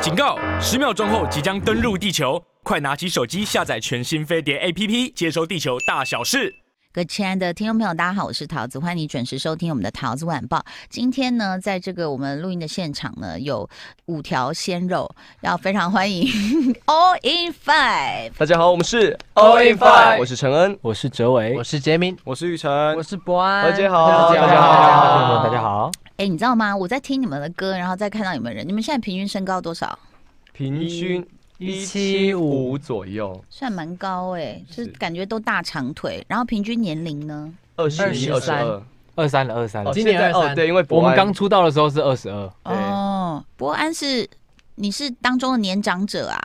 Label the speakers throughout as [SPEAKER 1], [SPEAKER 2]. [SPEAKER 1] 警告！十秒钟后即将登陆地球，快拿起手机下载全新飞碟 APP，接收地球大小事。
[SPEAKER 2] 各位亲爱的听众朋友，大家好，我是桃子，欢迎你准时收听我们的《桃子晚报》。今天呢，在这个我们录音的现场呢，有五条鲜肉，要非常欢迎 All in Five。
[SPEAKER 3] 大家好，我们是
[SPEAKER 4] All in Five
[SPEAKER 3] 我是陈恩，
[SPEAKER 5] 我是哲伟，
[SPEAKER 4] 我是杰明，
[SPEAKER 3] 我是玉成
[SPEAKER 4] 我是博安，
[SPEAKER 3] 大家好
[SPEAKER 4] 大家好，
[SPEAKER 5] 大家。好，
[SPEAKER 2] 哎，你知道吗？我在听你们的歌，然后再看到你们人，你们现在平均身高多少？
[SPEAKER 3] 平均一七
[SPEAKER 4] 175
[SPEAKER 3] 五左右，
[SPEAKER 2] 算蛮高哎、就是是感觉都大长腿。然后平均年龄呢？
[SPEAKER 3] 二十一、二十
[SPEAKER 4] 23
[SPEAKER 3] 二。
[SPEAKER 5] 二三了，二三了
[SPEAKER 4] 哦。今年
[SPEAKER 3] 现在哦，
[SPEAKER 4] 23
[SPEAKER 3] 对，因为
[SPEAKER 5] 我
[SPEAKER 3] 博
[SPEAKER 5] 们
[SPEAKER 3] 安
[SPEAKER 5] 刚出道的时候是二十二，
[SPEAKER 3] 对
[SPEAKER 2] 哦，伯安是你是当中的年长者啊。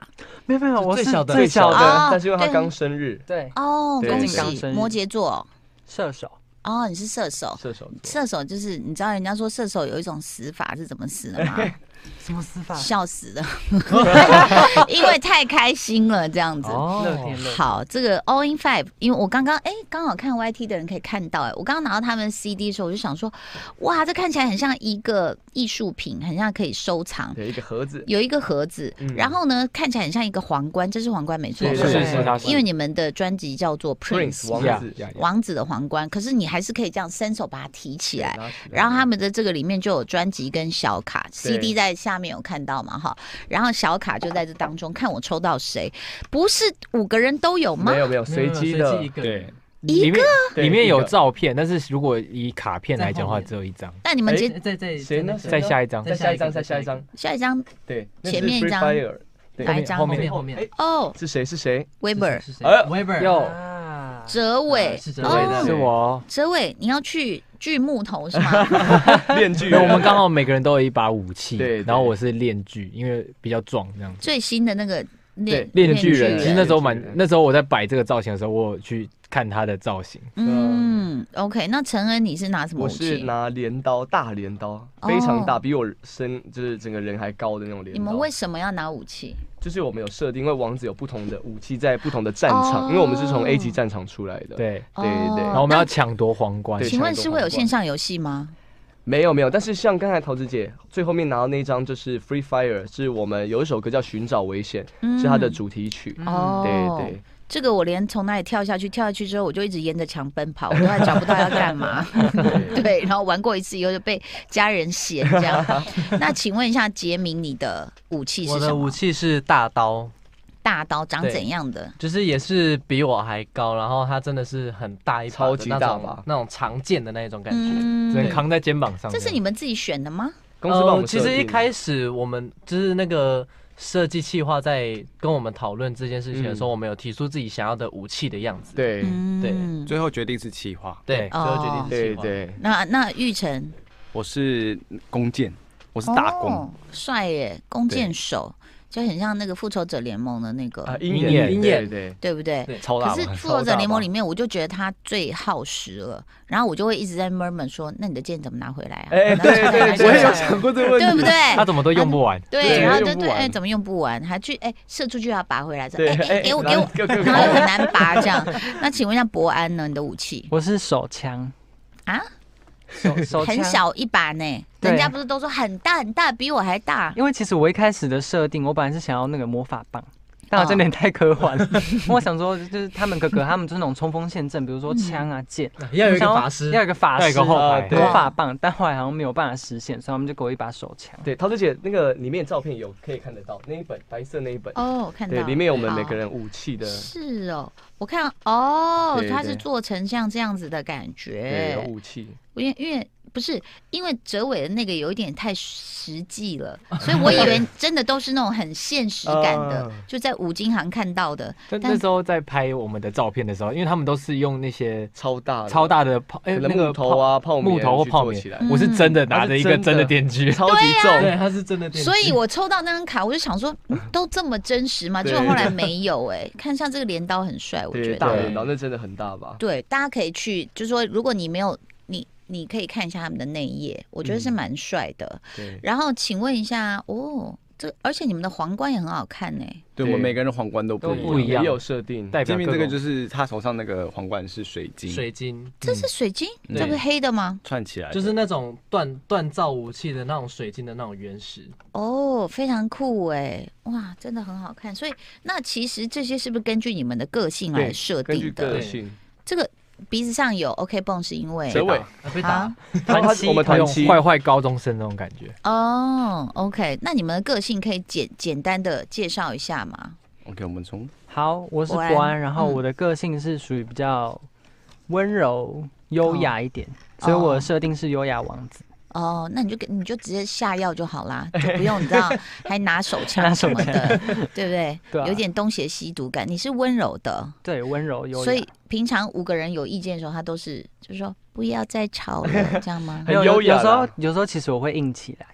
[SPEAKER 5] 没有没有，
[SPEAKER 4] 我是最小的
[SPEAKER 5] 最
[SPEAKER 3] 好
[SPEAKER 5] 小
[SPEAKER 2] 的
[SPEAKER 5] 的，
[SPEAKER 2] 哦
[SPEAKER 3] 的，但是因为他
[SPEAKER 2] 对
[SPEAKER 3] 刚生日，
[SPEAKER 4] 对，
[SPEAKER 2] 哦，
[SPEAKER 3] 对
[SPEAKER 2] 恭
[SPEAKER 3] 对
[SPEAKER 2] 喜
[SPEAKER 4] 对
[SPEAKER 2] 摩羯座。
[SPEAKER 4] 射手
[SPEAKER 2] 哦，你是射手。
[SPEAKER 3] 射手座，
[SPEAKER 2] 射手就是你知道人家说射手有一种死法是怎么死的 吗？
[SPEAKER 4] 什么死法
[SPEAKER 5] 啊
[SPEAKER 2] 笑死了，因为太开心了这样子。
[SPEAKER 5] 哦
[SPEAKER 6] 哦
[SPEAKER 4] 乐
[SPEAKER 3] 哦
[SPEAKER 4] 天乐，
[SPEAKER 2] 好，这个 All in Five，因为我刚刚哎，刚好看 YT 的人可以看到哎，我刚刚拿到他们 CD 的时候，我就想说，哇，这看起来很像一个艺术品，很像可以收藏，
[SPEAKER 3] 对，一个盒子，
[SPEAKER 2] 有一个盒子，
[SPEAKER 3] 嗯
[SPEAKER 2] 然后呢，看起来很像一个皇冠，这是皇冠没错
[SPEAKER 3] 对，
[SPEAKER 5] 是
[SPEAKER 2] 吧
[SPEAKER 5] 是
[SPEAKER 4] 对
[SPEAKER 5] 是，他是
[SPEAKER 2] 因为你们的专辑叫做
[SPEAKER 3] Prince
[SPEAKER 2] Prince
[SPEAKER 3] 王
[SPEAKER 5] 呀
[SPEAKER 3] 子，
[SPEAKER 5] 呀呀
[SPEAKER 2] 王子的皇冠，可是你还是可以这样伸手把它提起来。
[SPEAKER 3] 拉起来
[SPEAKER 2] 然后他们的这个里面就有专辑跟小卡
[SPEAKER 3] 对
[SPEAKER 2] ，CD 在下面有看到嘛哈，然后小卡就在这当中，看我抽到谁，不是五个人都有吗
[SPEAKER 3] 没？有没有随机的
[SPEAKER 4] 一，个，
[SPEAKER 5] 对，
[SPEAKER 2] 一
[SPEAKER 5] 里面
[SPEAKER 3] 对
[SPEAKER 5] 里面
[SPEAKER 3] 一
[SPEAKER 5] 有
[SPEAKER 3] 个
[SPEAKER 5] 照片，但是如果以卡片来讲的
[SPEAKER 4] 在后
[SPEAKER 5] 话，
[SPEAKER 4] 面
[SPEAKER 5] 只有一张。
[SPEAKER 2] 那你们接
[SPEAKER 4] 在在在
[SPEAKER 3] 谁呢
[SPEAKER 4] 在
[SPEAKER 5] 再下一张
[SPEAKER 4] 在
[SPEAKER 3] 再下一张，再下一张，
[SPEAKER 2] 下一张
[SPEAKER 3] 对，
[SPEAKER 2] 前面一张
[SPEAKER 3] 那是 Free Fire，对
[SPEAKER 2] 哪一张？
[SPEAKER 5] 后
[SPEAKER 4] 后
[SPEAKER 5] 面
[SPEAKER 4] 面后面
[SPEAKER 3] 哎
[SPEAKER 2] 哦
[SPEAKER 3] 是谁？是谁？
[SPEAKER 2] ，Weber
[SPEAKER 4] 是谁
[SPEAKER 3] 哎
[SPEAKER 4] ，Weber
[SPEAKER 5] 哟
[SPEAKER 4] 啊
[SPEAKER 2] 哲伟
[SPEAKER 4] 啊是哲伟
[SPEAKER 2] 哦，
[SPEAKER 4] 的
[SPEAKER 5] 是我，
[SPEAKER 2] 哲伟，你要去锯木头是吗？
[SPEAKER 3] 面具
[SPEAKER 5] 因为我们刚好每个人都有一把武器
[SPEAKER 3] 啊对对，
[SPEAKER 5] 然后我是链锯，因为比较壮这样子。
[SPEAKER 2] 最新的那个链
[SPEAKER 5] 链锯人，其实那时候蛮
[SPEAKER 3] 链锯人，
[SPEAKER 5] 那时候我在摆这个造型的时候，我有去看他的造型，
[SPEAKER 2] 嗯，OK，那陈恩你是拿什么武
[SPEAKER 3] 我是
[SPEAKER 2] 器？
[SPEAKER 3] 拿镰刀，大镰刀，
[SPEAKER 2] 哦
[SPEAKER 3] 非常大，比我身就是整个人还高的那种镰
[SPEAKER 2] 你
[SPEAKER 3] 刀。
[SPEAKER 2] 们为什么要拿武器？
[SPEAKER 3] 就是我们有设定，因为王子有不同的武器在不同的战
[SPEAKER 2] 哦
[SPEAKER 3] 场，因为我们是从 A 级战场出来的。
[SPEAKER 5] 对，
[SPEAKER 3] 对对对
[SPEAKER 2] 哦
[SPEAKER 5] 然后我们要抢夺皇冠
[SPEAKER 3] 对，
[SPEAKER 2] 请问是会有线上游戏吗？
[SPEAKER 3] 没有没有，但是像刚才桃子姐最后面拿到那一张就是 Free Fire，是我们有一首歌叫《寻找危险》，
[SPEAKER 2] 嗯
[SPEAKER 3] 是它的主题曲。
[SPEAKER 2] 哦，
[SPEAKER 3] 嗯对对，
[SPEAKER 2] 这个我连从哪里跳下去，跳下去之后我就一直沿着墙奔跑，我都还找不到要干嘛。 对，然后玩过一次以后就被家人嫌这样。那请问一下杰明，你的武器是
[SPEAKER 4] 我
[SPEAKER 2] 什
[SPEAKER 4] 的武
[SPEAKER 2] 么？
[SPEAKER 4] 器是大刀，
[SPEAKER 2] 大刀长
[SPEAKER 4] 对
[SPEAKER 2] 怎样的？
[SPEAKER 4] 就是也是比我还高，然后它真的是很大一把的
[SPEAKER 3] 超级
[SPEAKER 4] 那
[SPEAKER 3] 大
[SPEAKER 4] 种
[SPEAKER 3] 把
[SPEAKER 4] 那种长剑的那种感觉。
[SPEAKER 2] 嗯
[SPEAKER 5] 只能扛在肩膀上样。
[SPEAKER 2] 这是你们自己选的吗？
[SPEAKER 3] 公司帮我
[SPEAKER 7] 呃
[SPEAKER 3] 们
[SPEAKER 4] 呃其
[SPEAKER 3] 设定
[SPEAKER 4] 实一开始我们就是那个设计企划在跟我们讨论这件事情的
[SPEAKER 3] 嗯
[SPEAKER 4] 时候，我们有提出自己想要的武器的样子。
[SPEAKER 3] 对
[SPEAKER 4] 对
[SPEAKER 2] 嗯，
[SPEAKER 7] 最后决定是企划，
[SPEAKER 4] 对，
[SPEAKER 2] 哦
[SPEAKER 4] 最后决定是
[SPEAKER 3] 对
[SPEAKER 4] 企划。
[SPEAKER 3] 对，
[SPEAKER 2] 那那玉成
[SPEAKER 7] 我是弓箭，我是大弓，
[SPEAKER 2] 哦帅耶，弓箭手就很像那个复仇者联盟的那
[SPEAKER 3] 啊
[SPEAKER 2] 个，，
[SPEAKER 3] 鹰
[SPEAKER 5] 鹰
[SPEAKER 3] 眼
[SPEAKER 5] 眼
[SPEAKER 3] 鹰眼对
[SPEAKER 2] 对不对？
[SPEAKER 4] 对
[SPEAKER 7] 超
[SPEAKER 2] 可
[SPEAKER 7] 大
[SPEAKER 2] 是
[SPEAKER 7] 嘛。
[SPEAKER 2] 复仇者联盟
[SPEAKER 4] 吧
[SPEAKER 2] 里面，我就觉得他最耗时了，然后我就会一直在 murmur 说：“那你的剑怎么拿回来啊？”
[SPEAKER 3] 哎
[SPEAKER 2] 然后
[SPEAKER 3] 对
[SPEAKER 2] 就在
[SPEAKER 3] 对
[SPEAKER 2] 拿
[SPEAKER 3] 对
[SPEAKER 2] 下
[SPEAKER 7] 我也
[SPEAKER 2] 来
[SPEAKER 7] 有想过这个问题，
[SPEAKER 2] 对不
[SPEAKER 5] 他
[SPEAKER 2] 对？
[SPEAKER 5] 怎么都用不完，
[SPEAKER 2] 对，
[SPEAKER 3] 对
[SPEAKER 2] 然后
[SPEAKER 3] 用
[SPEAKER 2] 就
[SPEAKER 3] 不
[SPEAKER 2] 对，
[SPEAKER 3] 完
[SPEAKER 2] 哎，怎么用不完？还去哎射出去要拔回来，这
[SPEAKER 3] 对
[SPEAKER 2] 哎哎给我给我，
[SPEAKER 3] 给我
[SPEAKER 2] 然后又很难拔这样。 那请问一下伯安呢？你的武器
[SPEAKER 6] 我是手枪
[SPEAKER 2] 啊，
[SPEAKER 6] 手 手枪
[SPEAKER 3] 啊
[SPEAKER 2] 很，小啊一把呢，
[SPEAKER 6] 对
[SPEAKER 2] 人家不是都说很大很大，比我还大。
[SPEAKER 6] 因为其实我一开始的设定，我本来是想要那个魔法棒，
[SPEAKER 2] 哦
[SPEAKER 6] 但我真的有点太科幻 了。我想说，就是他们哥哥他们就是那种冲锋陷阵，比如说枪啊剑，
[SPEAKER 4] 要有一个
[SPEAKER 6] 我想
[SPEAKER 4] 法师
[SPEAKER 6] 要有一个法
[SPEAKER 5] 带
[SPEAKER 6] 师呃
[SPEAKER 5] 个后
[SPEAKER 3] 啊
[SPEAKER 5] 排。
[SPEAKER 3] 对
[SPEAKER 6] 魔法棒，但后来好像没有办法实现，所以他们就给我一把手枪。
[SPEAKER 3] 对，桃子姐那个里面照片有可以看得到，那一本白色那一本，
[SPEAKER 2] 哦，我看到
[SPEAKER 3] 对，
[SPEAKER 2] 了
[SPEAKER 3] 里面有我们每个人武器的，
[SPEAKER 2] 是哦，我看哦，
[SPEAKER 3] 对
[SPEAKER 2] 它
[SPEAKER 3] 对
[SPEAKER 2] 是做成像这样子的感
[SPEAKER 3] 对，有
[SPEAKER 2] 觉，
[SPEAKER 3] 武器。
[SPEAKER 2] 因为因为。不是，因为哲伟的那个有一点太实际 了，所以我以为真的都是那种很现实感的，
[SPEAKER 3] 啊
[SPEAKER 2] 就在五金行看到的。
[SPEAKER 5] 但那时候在拍我们的照片的时候，因为他们都是用那些
[SPEAKER 3] 超大的，
[SPEAKER 5] 超大的炮，哎、
[SPEAKER 3] 可能
[SPEAKER 5] 那个
[SPEAKER 3] 木头啊、
[SPEAKER 5] 炮
[SPEAKER 3] 泡棉
[SPEAKER 5] 木头或
[SPEAKER 3] 去
[SPEAKER 5] 泡
[SPEAKER 3] 做
[SPEAKER 5] 棉
[SPEAKER 3] 起来，
[SPEAKER 2] 嗯
[SPEAKER 5] 我是真的拿着一个真的电锯，啊
[SPEAKER 3] 超级
[SPEAKER 4] 对，
[SPEAKER 3] 重，
[SPEAKER 4] 它是真的电击。
[SPEAKER 2] 所以我抽到那张卡，我就想说，嗯都这么真实吗？结
[SPEAKER 3] 对
[SPEAKER 2] 果后来没有 哎、看像这个镰刀很帅，我觉
[SPEAKER 3] 对，
[SPEAKER 2] 得
[SPEAKER 3] 大人，然后那真的很大吧？
[SPEAKER 2] 对，大家可以去，就是说，如果你没有你，你可以看一下他们的内页，我觉得是蛮帅的。
[SPEAKER 3] 嗯对，
[SPEAKER 2] 然后请问一下，哦，这而且你们的皇冠也很好看呢、
[SPEAKER 7] 对我们每个人的皇冠都不
[SPEAKER 4] 都
[SPEAKER 7] 一
[SPEAKER 4] 不
[SPEAKER 7] 样。
[SPEAKER 4] 一样
[SPEAKER 3] 也有设定，
[SPEAKER 5] 代表
[SPEAKER 7] 这边
[SPEAKER 5] 各
[SPEAKER 7] 这个
[SPEAKER 5] 种
[SPEAKER 7] 就是他手上那个皇冠是水晶
[SPEAKER 4] 嗯水晶
[SPEAKER 3] 嗯
[SPEAKER 4] 嗯
[SPEAKER 2] 这是水晶，
[SPEAKER 7] 对
[SPEAKER 2] 这不是黑的吗？
[SPEAKER 7] 串起来的，
[SPEAKER 4] 就是那种锻锻造武器的那种水晶的那种原石，
[SPEAKER 2] 哦，非常酷哎，哇，真的很好看。所以那其实这些是不是根据你们的个性来
[SPEAKER 3] 对
[SPEAKER 2] 设
[SPEAKER 3] 根据
[SPEAKER 2] 定
[SPEAKER 3] 个
[SPEAKER 2] 的？
[SPEAKER 3] 性。
[SPEAKER 2] 这个鼻子上有 OK 泵是因为
[SPEAKER 3] 结尾
[SPEAKER 4] 啊被打
[SPEAKER 2] 啊。
[SPEAKER 3] 他
[SPEAKER 5] 团
[SPEAKER 3] 我们团
[SPEAKER 5] 期
[SPEAKER 3] 期
[SPEAKER 5] 坏坏高中生那种感觉。
[SPEAKER 2] 哦，OK，那你们的个性可以简简单的介绍一下吗？
[SPEAKER 7] OK，我们从
[SPEAKER 6] 好，我是
[SPEAKER 2] 伯
[SPEAKER 6] 国
[SPEAKER 2] 安
[SPEAKER 6] 安，然后
[SPEAKER 2] 嗯
[SPEAKER 6] 我的个性是属于比较温柔、优雅一点，所以我
[SPEAKER 2] 哦
[SPEAKER 6] 的设定是优雅王子。
[SPEAKER 2] 哦，那你就给你就直接下药就好啦，就不用你知道还拿手枪
[SPEAKER 6] 拿
[SPEAKER 2] 什
[SPEAKER 6] 手
[SPEAKER 2] 么的，对不对？
[SPEAKER 6] 对啊
[SPEAKER 2] 有点东邪西毒感。你是温柔的，
[SPEAKER 6] 对，温柔优雅。
[SPEAKER 2] 所以平常五个人有意见的时候，他都是就是说不要再吵了，这样吗？
[SPEAKER 6] 没有
[SPEAKER 3] 很优
[SPEAKER 6] 有
[SPEAKER 3] 雅
[SPEAKER 6] 有时候
[SPEAKER 3] 啦
[SPEAKER 6] 有时候其实我会硬起来，。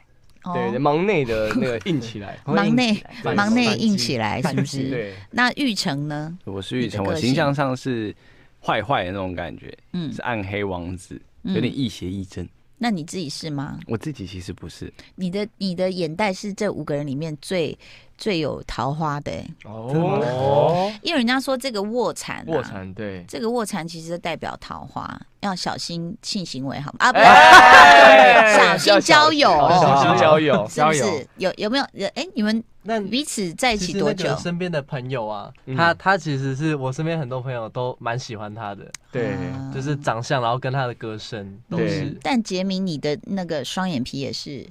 [SPEAKER 2] 哦
[SPEAKER 3] 对，忙内的那 个硬起来
[SPEAKER 6] 我会
[SPEAKER 2] 忙
[SPEAKER 6] 硬
[SPEAKER 2] 内
[SPEAKER 6] 起来
[SPEAKER 3] 反
[SPEAKER 2] 忙内
[SPEAKER 3] 反击
[SPEAKER 2] 硬起来，是不是？
[SPEAKER 3] 对，
[SPEAKER 2] 那玉成呢？
[SPEAKER 7] 我是玉成，
[SPEAKER 2] 你的
[SPEAKER 7] 我
[SPEAKER 2] 个
[SPEAKER 7] 形象上是坏坏的那种感觉，
[SPEAKER 2] 嗯
[SPEAKER 7] 是，暗黑王子，
[SPEAKER 2] 嗯
[SPEAKER 7] 有点亦邪亦正。
[SPEAKER 2] 那你自己是吗？
[SPEAKER 7] 我自己其实不是，
[SPEAKER 2] 你的你的眼袋是这五个人里面最最有桃花的欸、
[SPEAKER 3] 哦，
[SPEAKER 2] 因为人家说这个卧蚕、啊，
[SPEAKER 3] 卧蚕对，
[SPEAKER 2] 这个卧蚕其实就代表桃花，要小心性行为好吗？啊，不
[SPEAKER 3] 哎
[SPEAKER 2] 小心交友
[SPEAKER 3] 要小心小心交友，
[SPEAKER 2] 是不
[SPEAKER 5] 交
[SPEAKER 2] 是
[SPEAKER 3] 嗯
[SPEAKER 5] 友
[SPEAKER 2] 有有没有？哎、你们
[SPEAKER 4] 那
[SPEAKER 2] 彼此在一
[SPEAKER 4] 其
[SPEAKER 2] 起
[SPEAKER 4] 实
[SPEAKER 2] 多
[SPEAKER 4] 那
[SPEAKER 2] 久
[SPEAKER 4] 个？身边的朋友啊，
[SPEAKER 3] 嗯
[SPEAKER 4] 他他其实是我身边很多朋友都蛮喜欢他的，
[SPEAKER 3] 对，
[SPEAKER 2] 啊
[SPEAKER 4] 就是长相，然后跟他的歌声都是
[SPEAKER 3] 对。
[SPEAKER 2] 但杰明，你的那个双眼皮也 是，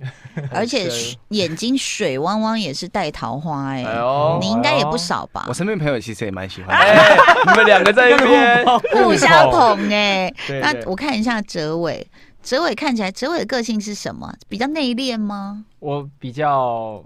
[SPEAKER 2] 而且水眼睛水汪汪也是带桃花哎、
[SPEAKER 3] 哎呦
[SPEAKER 2] 你，应该也不少吧
[SPEAKER 7] 我？身边朋友其实也蛮喜欢的。
[SPEAKER 3] 哎，你们两个在一边，
[SPEAKER 2] 互相捧哎、
[SPEAKER 3] 对
[SPEAKER 2] 那
[SPEAKER 3] 对
[SPEAKER 2] 我看一下哲伟，哲伟看起来，哲伟的个性是什么？比较内敛吗？
[SPEAKER 5] 我比较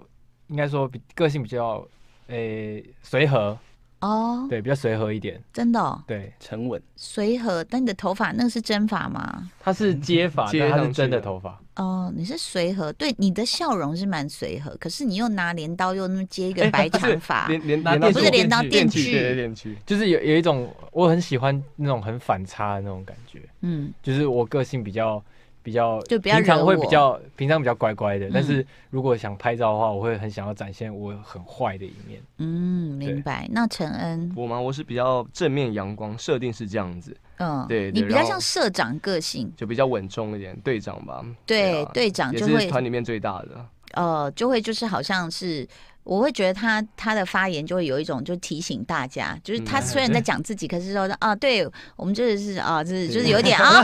[SPEAKER 5] 应该说比个性比较诶随和，
[SPEAKER 2] 哦，
[SPEAKER 5] 对，比较随和一点。
[SPEAKER 2] 真的、哦，
[SPEAKER 5] 对，
[SPEAKER 7] 沉稳，
[SPEAKER 2] 随和。但你的头发那是真发吗？
[SPEAKER 5] 他是接发，
[SPEAKER 3] 接
[SPEAKER 5] 但他
[SPEAKER 3] 上
[SPEAKER 5] 是
[SPEAKER 3] 去
[SPEAKER 5] 真的
[SPEAKER 3] 的
[SPEAKER 5] 头发。
[SPEAKER 2] 哦，你是随和，对，你的笑容是蛮随和，可是你又拿镰刀又那么接一个
[SPEAKER 3] 哎
[SPEAKER 2] 白
[SPEAKER 3] 不是
[SPEAKER 2] 长发，
[SPEAKER 3] 连连
[SPEAKER 4] 拿
[SPEAKER 3] 连到
[SPEAKER 4] 电
[SPEAKER 2] 啊不是镰刀
[SPEAKER 3] 电
[SPEAKER 2] 电
[SPEAKER 3] 锯，对对
[SPEAKER 2] 锯，
[SPEAKER 3] 电锯，
[SPEAKER 5] 就是有有一种我很喜欢那种很反差的那种感觉，
[SPEAKER 2] 嗯，
[SPEAKER 5] 就是我个性比较比较，
[SPEAKER 2] 就不要惹
[SPEAKER 5] 平常会
[SPEAKER 2] 我
[SPEAKER 5] 比较平常比较乖乖的，
[SPEAKER 2] 嗯
[SPEAKER 5] 但是如果想拍照的话，我会很想要展现我很坏的一面。
[SPEAKER 2] 嗯，明
[SPEAKER 5] 对
[SPEAKER 2] 白。那陈恩，
[SPEAKER 3] 我吗？我是比较正面阳光，设定是这样子，
[SPEAKER 2] 嗯，
[SPEAKER 3] 对
[SPEAKER 2] 你
[SPEAKER 3] 对
[SPEAKER 2] 比较
[SPEAKER 3] 然后
[SPEAKER 2] 像社长个性，
[SPEAKER 3] 就比较稳重一点，队长吧，
[SPEAKER 2] 对，
[SPEAKER 3] 啊
[SPEAKER 2] 队长
[SPEAKER 3] 也
[SPEAKER 2] 就是会
[SPEAKER 3] 团里面最大的，
[SPEAKER 2] 呃，就会就是好像是，我会觉得他他的发言就会有一种就提醒大家，就是他
[SPEAKER 3] 嗯
[SPEAKER 2] 虽然在讲自己，可是说啊，对我们就是啊，就是就是有
[SPEAKER 3] 对
[SPEAKER 2] 点 啊，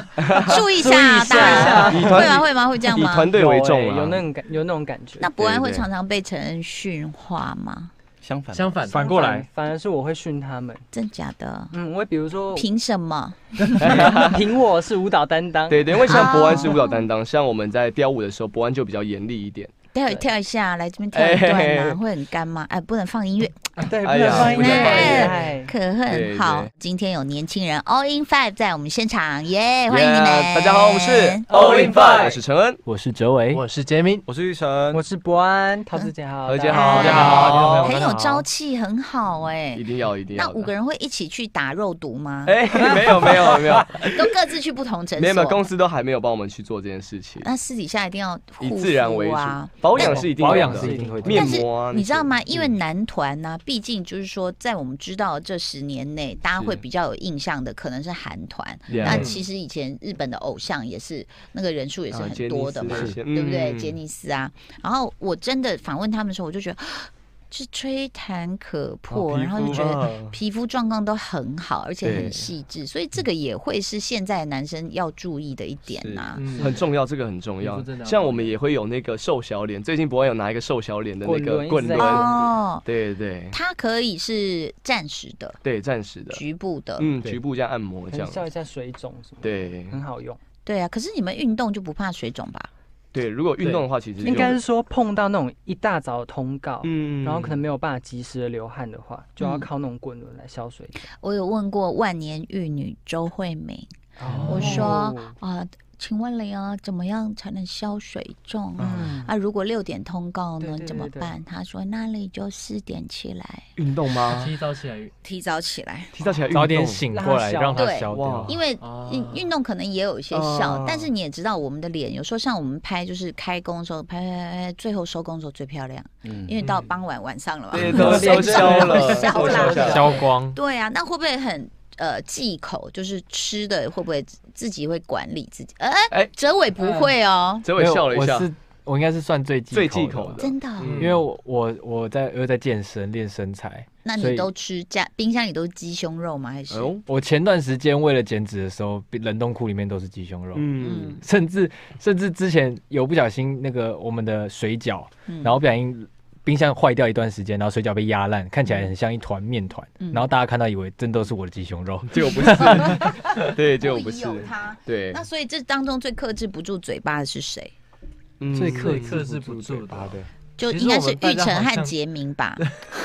[SPEAKER 2] 注意一下啊，大家
[SPEAKER 3] 以
[SPEAKER 2] 会吗？
[SPEAKER 3] 团
[SPEAKER 2] 会吗？会这样
[SPEAKER 3] 以
[SPEAKER 2] 吗
[SPEAKER 3] 团？队为
[SPEAKER 6] 有
[SPEAKER 3] 重
[SPEAKER 6] 欸
[SPEAKER 3] 啊，
[SPEAKER 6] 有那种感有那种感觉。
[SPEAKER 2] 那伯安
[SPEAKER 7] 对
[SPEAKER 2] 会
[SPEAKER 7] 对
[SPEAKER 2] 常常被陈恩训话吗？
[SPEAKER 7] 相反，
[SPEAKER 4] 相反，
[SPEAKER 5] 反过来，
[SPEAKER 6] 反而是我会训他们。
[SPEAKER 2] 真假的？
[SPEAKER 6] 嗯，我会比 如
[SPEAKER 3] 哦
[SPEAKER 6] 说
[SPEAKER 2] 凭什么？
[SPEAKER 6] 凭我是舞蹈担当，
[SPEAKER 3] 对对，因为像博安是
[SPEAKER 2] 啊
[SPEAKER 3] 舞蹈担当，像我们在跳舞的时候，博安就比较严厉一点。
[SPEAKER 2] 待会
[SPEAKER 6] 对
[SPEAKER 2] 跳一下，来这边跳一段
[SPEAKER 3] 哎
[SPEAKER 2] 啊，会很干吗？哎，不能放音乐，
[SPEAKER 6] 对，
[SPEAKER 3] 哎
[SPEAKER 6] 不能
[SPEAKER 3] 呀
[SPEAKER 6] 放音
[SPEAKER 2] 不能
[SPEAKER 6] 乐，
[SPEAKER 2] 放音乐
[SPEAKER 6] 哎
[SPEAKER 2] 可
[SPEAKER 3] 对
[SPEAKER 2] 恨。
[SPEAKER 3] 对
[SPEAKER 2] 好，今天有年轻人 All in Five 在我们现场，耶，哎欢迎你
[SPEAKER 3] Yeah，
[SPEAKER 2] 们！
[SPEAKER 3] 大家好，我们是
[SPEAKER 4] All in Five
[SPEAKER 3] 我是陈恩，
[SPEAKER 5] 我是哲伟，
[SPEAKER 4] 我是杰明，
[SPEAKER 7] 我是玉成，
[SPEAKER 6] 我是伯安，陶子姐好，
[SPEAKER 3] 何姐
[SPEAKER 6] 大家
[SPEAKER 3] 好，
[SPEAKER 2] 大
[SPEAKER 3] 大
[SPEAKER 2] 家
[SPEAKER 3] 家
[SPEAKER 2] 好
[SPEAKER 3] 好，听众
[SPEAKER 2] 很
[SPEAKER 3] 朋友大家
[SPEAKER 2] 有
[SPEAKER 3] 好
[SPEAKER 2] 朝气，很好哎、
[SPEAKER 3] 一定要一定要
[SPEAKER 2] 那
[SPEAKER 3] 的。
[SPEAKER 2] 五个人会一起去打肉毒吗？
[SPEAKER 3] 哎，没有没有没 有
[SPEAKER 2] 都各自去不同诊
[SPEAKER 3] 没有，没有，
[SPEAKER 2] 所
[SPEAKER 3] 公。司都还没有帮我们去做这件事情，
[SPEAKER 2] 那私底下一定要
[SPEAKER 3] 以
[SPEAKER 2] 护
[SPEAKER 3] 自然为
[SPEAKER 2] 肤
[SPEAKER 3] 主
[SPEAKER 2] 啊。，
[SPEAKER 3] 保养是一定要
[SPEAKER 5] 保
[SPEAKER 3] 的
[SPEAKER 5] 养是一定会的。
[SPEAKER 3] 面膜啊，
[SPEAKER 2] 你知道吗？因为男团呢、毕竟就是说，在我们知道这十年内，大家会比较有印象的，可能是韩团。
[SPEAKER 3] Yeah
[SPEAKER 2] 那其实以前日本的偶像也是那个人数也是
[SPEAKER 3] 啊
[SPEAKER 2] 很多的嘛，
[SPEAKER 3] 杰尼斯那些
[SPEAKER 2] 对不对？
[SPEAKER 3] 嗯
[SPEAKER 2] 杰尼斯啊，然后我真的访问他们的时候，我就觉得是吹弹可破，
[SPEAKER 3] 哦皮
[SPEAKER 2] 然后就
[SPEAKER 3] 肤
[SPEAKER 2] 觉得
[SPEAKER 3] 啊
[SPEAKER 2] 皮肤状况都很好，而且很
[SPEAKER 7] 对
[SPEAKER 2] 细致，所以这个也会是现在男生要注意的一点呐、
[SPEAKER 3] 嗯很重要，这个很重
[SPEAKER 4] 皮
[SPEAKER 3] 要
[SPEAKER 4] 肤真的。要
[SPEAKER 3] 像我们也会有那个瘦小脸，最近博安有拿一个瘦小脸的那个
[SPEAKER 6] 滚轮
[SPEAKER 3] 棍
[SPEAKER 6] 一直在
[SPEAKER 3] 轮，
[SPEAKER 2] 哦，
[SPEAKER 3] 对嗯对
[SPEAKER 2] 它可以是暂时的、
[SPEAKER 3] 对，暂时的，
[SPEAKER 2] 局部的，
[SPEAKER 3] 嗯，
[SPEAKER 5] 对
[SPEAKER 3] 局部这样按摩
[SPEAKER 6] 可
[SPEAKER 3] 这
[SPEAKER 6] 能
[SPEAKER 3] 样，
[SPEAKER 6] 笑一嗯下水肿什么，，
[SPEAKER 3] 对
[SPEAKER 6] 很好用。
[SPEAKER 2] 对啊。可是你们运动就不怕水肿吧？
[SPEAKER 3] 对，如果运动的话，其实就
[SPEAKER 6] 应该是说碰到那种一大早的通告，
[SPEAKER 3] 嗯
[SPEAKER 6] 然后可能没有办法及时的流汗的话，就要
[SPEAKER 2] 嗯
[SPEAKER 6] 靠那种滚轮来消水肿。
[SPEAKER 2] 我有问过万年玉女周慧敏，我说
[SPEAKER 6] 哦
[SPEAKER 2] 啊，请问了呀，怎么样才能消水肿？
[SPEAKER 6] 嗯，
[SPEAKER 2] 啊，如果六点通告
[SPEAKER 6] 对
[SPEAKER 2] 呢，
[SPEAKER 6] 对
[SPEAKER 2] 怎么
[SPEAKER 6] 对对
[SPEAKER 2] 办？他说那你就四点起来，
[SPEAKER 3] 运动吗？
[SPEAKER 4] 提早起来
[SPEAKER 2] 提早起来，
[SPEAKER 3] 提早起来运动
[SPEAKER 5] 早点醒过来，让它消
[SPEAKER 3] 哇
[SPEAKER 5] 掉。
[SPEAKER 2] 因为
[SPEAKER 4] 啊
[SPEAKER 2] 运运动可能也有一些效，但是
[SPEAKER 3] 哦
[SPEAKER 2] 你也知道我们的脸，有时候像我们拍就是开工的时候拍拍拍拍，最后收工的时候最漂亮，
[SPEAKER 7] 嗯
[SPEAKER 2] 因为到傍晚晚上了嘛。
[SPEAKER 3] 对， 都都消了，
[SPEAKER 2] 消
[SPEAKER 3] 都
[SPEAKER 2] 啦
[SPEAKER 3] 消
[SPEAKER 5] 消光，
[SPEAKER 2] 对啊，那会不会很呃忌口？就是吃的会不会自己会管理自己？哎、
[SPEAKER 3] 哎
[SPEAKER 2] 哲伟不会哦，
[SPEAKER 3] 哲伟笑了一下
[SPEAKER 5] 没有我，是我应该是算最
[SPEAKER 3] 最忌口
[SPEAKER 5] 的
[SPEAKER 3] 的，
[SPEAKER 2] 真的哦、
[SPEAKER 3] 嗯
[SPEAKER 5] 因为我我我在我在健身练身材。
[SPEAKER 2] 那
[SPEAKER 5] 所
[SPEAKER 2] 你
[SPEAKER 5] 以
[SPEAKER 2] 都吃家冰箱里都是鸡胸肉吗？还是、
[SPEAKER 3] 哎呦，
[SPEAKER 5] 我前段时间为了减脂的时候，冷冻库里面都是鸡胸肉，
[SPEAKER 3] 嗯，
[SPEAKER 5] 甚至甚至之前有不小心那个我们的水饺，
[SPEAKER 2] 嗯
[SPEAKER 5] 然后不小心冰箱坏掉一段时间，然后水饺被压烂，看起来很像一团面团，
[SPEAKER 2] 嗯
[SPEAKER 5] 然后大家看到以为真都是我的鸡胸肉。
[SPEAKER 3] 结果不 是，对，结果不
[SPEAKER 2] 故意
[SPEAKER 3] 是，
[SPEAKER 2] 有他？
[SPEAKER 3] 对
[SPEAKER 2] 那，所以这当中最克制不住嘴巴的是谁？
[SPEAKER 3] 嗯
[SPEAKER 4] 最克制不住的，
[SPEAKER 2] 就
[SPEAKER 4] 其
[SPEAKER 2] 应
[SPEAKER 4] 实
[SPEAKER 2] 该
[SPEAKER 4] 我
[SPEAKER 2] 是
[SPEAKER 4] 们大
[SPEAKER 2] 玉
[SPEAKER 4] 家
[SPEAKER 2] 成
[SPEAKER 4] 好
[SPEAKER 2] 和
[SPEAKER 4] 像
[SPEAKER 2] 杰明吧？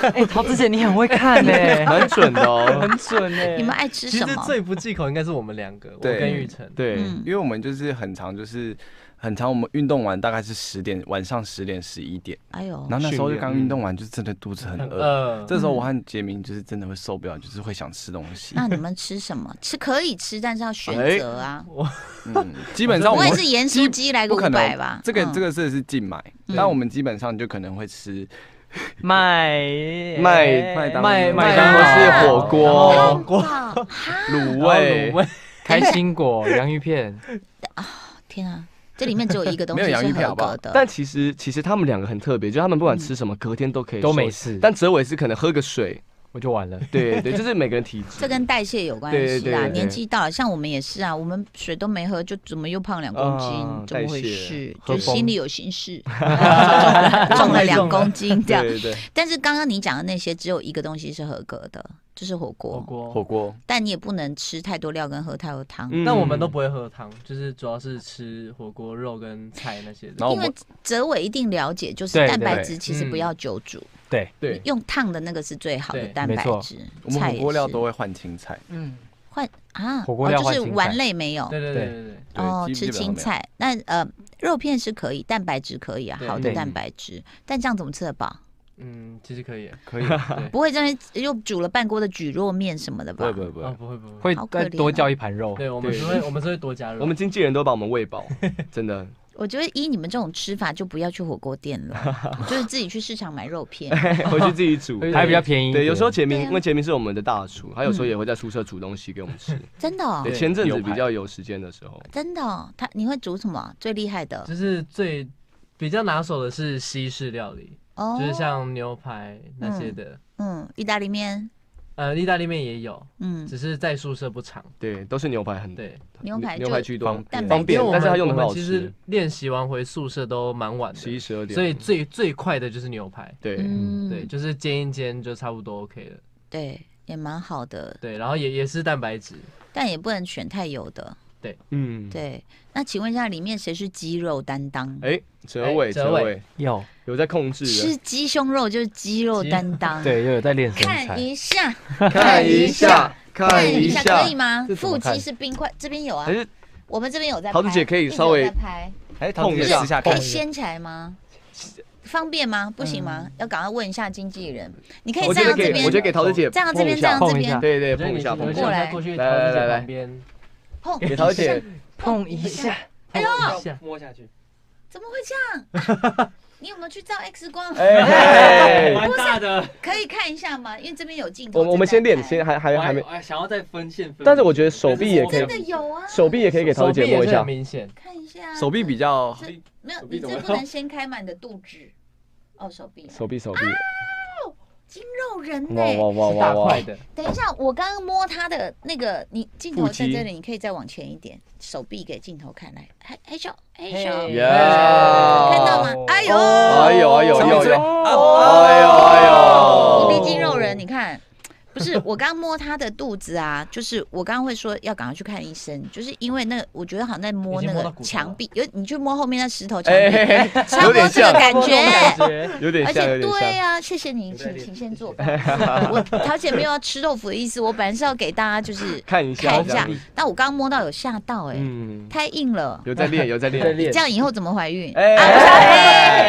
[SPEAKER 6] 哎，陶子姐你很会看呢，
[SPEAKER 3] 哎 蛮准的哦，
[SPEAKER 6] 很准呢。
[SPEAKER 2] 你们爱吃
[SPEAKER 4] 其
[SPEAKER 2] 什
[SPEAKER 4] 实
[SPEAKER 2] 么？
[SPEAKER 4] 最不忌口应该是我们两个，我
[SPEAKER 7] 对
[SPEAKER 4] 跟玉成。
[SPEAKER 3] 对，
[SPEAKER 2] 嗯
[SPEAKER 7] 因为我们就是很常就是很常我们运动完大概是十点，晚上十点十一点，
[SPEAKER 2] 哎呦
[SPEAKER 7] 然，后那时候就刚
[SPEAKER 3] 训练
[SPEAKER 7] 运动完，就真的肚子很饿。
[SPEAKER 4] 饿
[SPEAKER 7] 这时候我和杰明就是真的会受不了，就是会想吃东 西。
[SPEAKER 2] 那你们吃什么？吃可以吃，但是要选
[SPEAKER 3] 哎
[SPEAKER 2] 择啊。
[SPEAKER 7] 嗯，基本上
[SPEAKER 2] 不
[SPEAKER 7] 我
[SPEAKER 2] 会
[SPEAKER 7] 们
[SPEAKER 2] 是盐酥鸡来个
[SPEAKER 7] 不
[SPEAKER 2] 五
[SPEAKER 7] 可
[SPEAKER 2] 百
[SPEAKER 7] 能
[SPEAKER 2] 吧？
[SPEAKER 7] 这个
[SPEAKER 2] 嗯
[SPEAKER 7] 这个是是禁买，
[SPEAKER 2] 嗯
[SPEAKER 7] 但我们基本上就可能会吃
[SPEAKER 6] 麦
[SPEAKER 3] 麦麦当
[SPEAKER 4] 麦
[SPEAKER 3] 麦
[SPEAKER 4] 当
[SPEAKER 3] 当
[SPEAKER 4] 劳
[SPEAKER 3] 劳是火
[SPEAKER 4] 哦
[SPEAKER 3] 锅、
[SPEAKER 2] 哇
[SPEAKER 3] 卤
[SPEAKER 4] 对，
[SPEAKER 3] 味
[SPEAKER 4] 卤，味
[SPEAKER 5] 开心果、洋芋片，
[SPEAKER 2] 天啊，这里面只有一个东西
[SPEAKER 7] 没有洋
[SPEAKER 2] 是
[SPEAKER 7] 芋片
[SPEAKER 2] 合
[SPEAKER 7] 好不好
[SPEAKER 2] 格的。
[SPEAKER 3] 但其实其实他们两个很特别，就他们不
[SPEAKER 2] 嗯
[SPEAKER 3] 管吃什么，隔天都可以
[SPEAKER 5] 都没
[SPEAKER 3] 瘦
[SPEAKER 5] 事
[SPEAKER 3] 但哲伟是可能喝个水，
[SPEAKER 5] 我就完了。
[SPEAKER 3] 对对，就是每个人体质。啊
[SPEAKER 2] 这跟代谢有关
[SPEAKER 3] 对
[SPEAKER 2] 系
[SPEAKER 3] 对
[SPEAKER 2] 啦，
[SPEAKER 3] 对对
[SPEAKER 2] 年纪到了，像我们也是啊，我们水都没喝，就怎么又胖两公斤？
[SPEAKER 3] 啊
[SPEAKER 2] 怎么回
[SPEAKER 3] 代
[SPEAKER 2] 事
[SPEAKER 3] 谢？喝
[SPEAKER 2] 就
[SPEAKER 3] 疯
[SPEAKER 2] 心里有心 事，重了重了两公斤这样。
[SPEAKER 3] 对对对，
[SPEAKER 2] 但是刚刚你讲的那些，只有一个东西是合格的，就是火
[SPEAKER 4] 火
[SPEAKER 2] 锅。
[SPEAKER 4] 锅。
[SPEAKER 7] 火锅，
[SPEAKER 2] 但你也不能吃太多料跟喝太多汤，
[SPEAKER 3] 嗯
[SPEAKER 4] 但我们都不会喝汤，就是主要是吃火锅肉跟菜那些的。
[SPEAKER 7] 然后我
[SPEAKER 2] 因为
[SPEAKER 7] 们
[SPEAKER 2] 哲伟一定了解，就是
[SPEAKER 5] 对
[SPEAKER 2] 蛋白
[SPEAKER 7] 对
[SPEAKER 2] 质其实不
[SPEAKER 4] 嗯
[SPEAKER 2] 要久煮，
[SPEAKER 5] 对，
[SPEAKER 3] 对
[SPEAKER 2] 用烫的那个是最好的
[SPEAKER 4] 对
[SPEAKER 2] 蛋白
[SPEAKER 5] 没错
[SPEAKER 2] 质。
[SPEAKER 7] 我们
[SPEAKER 2] 菜
[SPEAKER 7] 火
[SPEAKER 2] 也
[SPEAKER 7] 锅料
[SPEAKER 2] 是
[SPEAKER 7] 都会换青菜，
[SPEAKER 6] 嗯，
[SPEAKER 2] 换啊，
[SPEAKER 5] 火锅
[SPEAKER 2] 哦
[SPEAKER 5] 料
[SPEAKER 2] 就
[SPEAKER 5] 换
[SPEAKER 2] 是
[SPEAKER 5] 青
[SPEAKER 2] 丸
[SPEAKER 5] 菜
[SPEAKER 2] 类没有
[SPEAKER 4] 对对对对对，
[SPEAKER 7] 对
[SPEAKER 2] 哦，
[SPEAKER 7] 基
[SPEAKER 2] 吃
[SPEAKER 7] 基本
[SPEAKER 2] 青
[SPEAKER 7] 上没有
[SPEAKER 2] 菜。那呃，肉片是可以，蛋白质可以啊，
[SPEAKER 4] 对
[SPEAKER 2] 好的
[SPEAKER 5] 对
[SPEAKER 2] 蛋白质。但这样怎么吃得饱？
[SPEAKER 4] 嗯，其实可以。
[SPEAKER 7] 可以，
[SPEAKER 2] 不会这样又煮了半锅的蒟蒻面什么的
[SPEAKER 7] 不
[SPEAKER 2] 吧
[SPEAKER 7] 会？不会不
[SPEAKER 4] 哦，
[SPEAKER 7] 会，
[SPEAKER 4] 不会不会。
[SPEAKER 5] 会
[SPEAKER 2] 好可
[SPEAKER 5] 再
[SPEAKER 2] 怜
[SPEAKER 5] 多
[SPEAKER 2] 哦
[SPEAKER 5] 叫一盘肉。
[SPEAKER 4] 对，我们
[SPEAKER 3] 对
[SPEAKER 4] 是会，我们是会多加肉。
[SPEAKER 3] 我们经纪人都把我们喂 饱，真的。
[SPEAKER 2] 我觉得依你们这种吃法，就不要去火锅店 了，就是自己去市场买肉片。
[SPEAKER 3] 回去自己煮，
[SPEAKER 5] 还比较便宜一点。
[SPEAKER 3] 对，有时候杰
[SPEAKER 2] 对啊
[SPEAKER 3] 明，因为杰明是我们的大厨，他有时候
[SPEAKER 2] 嗯
[SPEAKER 3] 也会在宿舍煮东西给我们吃。
[SPEAKER 2] 真的哦
[SPEAKER 3] 对，，前阵子比较有时间的时候，
[SPEAKER 2] 真的哦，他你会煮什么最厉害的？
[SPEAKER 4] 就是最比较拿手的是西式料理，
[SPEAKER 2] 哦
[SPEAKER 4] 就是像牛排那些的。
[SPEAKER 2] 嗯，意大利面，
[SPEAKER 4] 呃，意大利面也有，
[SPEAKER 2] 嗯，
[SPEAKER 4] 只是在宿舍不常。
[SPEAKER 3] 对，都是牛排很
[SPEAKER 4] 对，
[SPEAKER 2] 牛排
[SPEAKER 3] 牛
[SPEAKER 2] 就
[SPEAKER 3] 排居多，
[SPEAKER 2] 蛋白
[SPEAKER 3] 方便
[SPEAKER 4] 因为我，
[SPEAKER 3] 但
[SPEAKER 4] 们
[SPEAKER 3] 是他用的很
[SPEAKER 4] 我
[SPEAKER 3] 好
[SPEAKER 4] 们其实
[SPEAKER 3] 吃，
[SPEAKER 4] 练习完回宿舍都蛮晚
[SPEAKER 3] 十一
[SPEAKER 4] 的，
[SPEAKER 3] 十二点，
[SPEAKER 4] 所以最最快的就是牛排。
[SPEAKER 3] 对，
[SPEAKER 2] 嗯，
[SPEAKER 4] 对，就是煎一煎就差不多 OK 了。
[SPEAKER 2] 对，也蛮好的，
[SPEAKER 4] 对，然后也也是蛋白质，
[SPEAKER 2] 但也不能选太油的。
[SPEAKER 3] 嗯，
[SPEAKER 2] 对，那请问一下，里面谁是鸡肉担当？
[SPEAKER 3] 哎，哲伟，
[SPEAKER 4] 哎
[SPEAKER 3] 哲
[SPEAKER 4] 哲
[SPEAKER 3] 伟
[SPEAKER 4] 伟
[SPEAKER 5] 有
[SPEAKER 3] 有在控制
[SPEAKER 2] 吃
[SPEAKER 3] 的，
[SPEAKER 2] 鸡胸肉就是鸡肉
[SPEAKER 4] 鸡
[SPEAKER 2] 担当。，
[SPEAKER 5] 对，又有在练身
[SPEAKER 2] 看
[SPEAKER 5] 材。
[SPEAKER 2] 一下，
[SPEAKER 3] 看一下，
[SPEAKER 2] 看
[SPEAKER 3] 看一
[SPEAKER 2] 下，可以吗
[SPEAKER 3] 这？怎么
[SPEAKER 2] 腹
[SPEAKER 3] 看
[SPEAKER 2] 肌是冰块，这边有啊
[SPEAKER 3] 还，是
[SPEAKER 2] 我们这边有在拍。
[SPEAKER 3] 桃子姐可以
[SPEAKER 2] 一直
[SPEAKER 3] 稍
[SPEAKER 2] 有
[SPEAKER 3] 微
[SPEAKER 2] 在拍，
[SPEAKER 7] 哎，
[SPEAKER 3] 碰一
[SPEAKER 7] 姐
[SPEAKER 3] 下嗯
[SPEAKER 7] 私下
[SPEAKER 2] 可以
[SPEAKER 7] 看
[SPEAKER 2] 掀起来吗？方便吗？不行吗？要赶快问一下经纪人。你可以
[SPEAKER 3] 我
[SPEAKER 2] 这
[SPEAKER 3] 觉得
[SPEAKER 2] 样这
[SPEAKER 3] 给，我
[SPEAKER 2] 边
[SPEAKER 3] 觉得给桃子姐
[SPEAKER 2] 这样这
[SPEAKER 3] 碰
[SPEAKER 2] 边
[SPEAKER 3] 一
[SPEAKER 2] 这样
[SPEAKER 3] 下，
[SPEAKER 2] 这
[SPEAKER 5] 碰一下
[SPEAKER 2] 边
[SPEAKER 3] 对对，
[SPEAKER 4] 我觉得
[SPEAKER 3] 碰一
[SPEAKER 2] 过
[SPEAKER 3] 下，碰一
[SPEAKER 4] 你你想
[SPEAKER 3] 下，
[SPEAKER 2] 来
[SPEAKER 4] 再过去
[SPEAKER 3] 来
[SPEAKER 4] 桃
[SPEAKER 3] 来
[SPEAKER 4] 子
[SPEAKER 3] 来
[SPEAKER 4] 姐
[SPEAKER 3] 来
[SPEAKER 4] 旁边，
[SPEAKER 2] 碰
[SPEAKER 3] 给桃子姐，
[SPEAKER 6] 碰一下，
[SPEAKER 2] 哎呦，
[SPEAKER 4] 一下
[SPEAKER 6] 摸下去，
[SPEAKER 2] 怎么会这样？ 你有没有去照 X 光？
[SPEAKER 3] 哎，
[SPEAKER 6] 蛮大的。
[SPEAKER 2] 可以看一下吗？因为这边有镜头正
[SPEAKER 3] 我
[SPEAKER 2] 在拍。
[SPEAKER 3] 我们先练，先还哎还还没，
[SPEAKER 6] 没想要再分线分
[SPEAKER 3] 但是我觉得手臂也可以
[SPEAKER 2] 真，的有啊，
[SPEAKER 3] 手臂也可以给桃
[SPEAKER 4] 手
[SPEAKER 3] 子
[SPEAKER 4] 臂
[SPEAKER 3] 姐摸
[SPEAKER 4] 也
[SPEAKER 3] 一
[SPEAKER 4] 是很
[SPEAKER 3] 下，
[SPEAKER 4] 明显，
[SPEAKER 2] 看一下。
[SPEAKER 7] 手臂比较
[SPEAKER 2] 这没有，
[SPEAKER 6] 手臂
[SPEAKER 2] 你
[SPEAKER 6] 怎么
[SPEAKER 2] 这不能先开满你的肚子。哦，手臂啊，
[SPEAKER 3] 手臂手臂，
[SPEAKER 2] 肉人呢、
[SPEAKER 3] 哇哇哇
[SPEAKER 4] 是大
[SPEAKER 3] 哇哇
[SPEAKER 4] 块，的。
[SPEAKER 2] 等一下，我刚刚摸他的那个，你镜头
[SPEAKER 3] 腹
[SPEAKER 2] 在
[SPEAKER 3] 肌
[SPEAKER 2] 这里，你可以再往前一点，手臂给镜头看来，嘿，嘿咻，嘿咻，
[SPEAKER 3] 呀，
[SPEAKER 2] 看到吗？哎呦，
[SPEAKER 3] 哎呦哎呦哎呦哎呦，
[SPEAKER 2] 一
[SPEAKER 3] 哎
[SPEAKER 2] 臂
[SPEAKER 3] 呦，
[SPEAKER 2] 肌肉人，你看，不是， 我刚摸他的肚子啊，就是我刚刚会说要赶快去看医生，就是因为那个我觉得好像在摸
[SPEAKER 4] 已
[SPEAKER 2] 那
[SPEAKER 4] 经
[SPEAKER 2] 个
[SPEAKER 4] 摸到骨头了
[SPEAKER 2] 墙壁，有你去摸后面那石头墙
[SPEAKER 3] 哎
[SPEAKER 2] 壁，
[SPEAKER 3] 嘿嘿嘿，
[SPEAKER 2] 差
[SPEAKER 3] 有
[SPEAKER 2] 不多
[SPEAKER 3] 点
[SPEAKER 2] 这个
[SPEAKER 3] 像，
[SPEAKER 2] 感觉。
[SPEAKER 3] 有点
[SPEAKER 2] 而
[SPEAKER 3] 像，有
[SPEAKER 2] 且
[SPEAKER 3] 点
[SPEAKER 2] 对
[SPEAKER 3] 像。
[SPEAKER 2] 啊，谢谢你，请请先坐吧。我桃姐没有要吃豆腐的意思，我本来是要给大家就是
[SPEAKER 3] 看 一下
[SPEAKER 2] 看一
[SPEAKER 3] 这样
[SPEAKER 2] 下，但我刚摸到有吓到哎、
[SPEAKER 3] 嗯，
[SPEAKER 2] 太硬了。
[SPEAKER 3] 有在练，有在
[SPEAKER 5] 在
[SPEAKER 3] 练。
[SPEAKER 5] 练
[SPEAKER 2] 这，样以后怎么怀孕？啊
[SPEAKER 3] 哎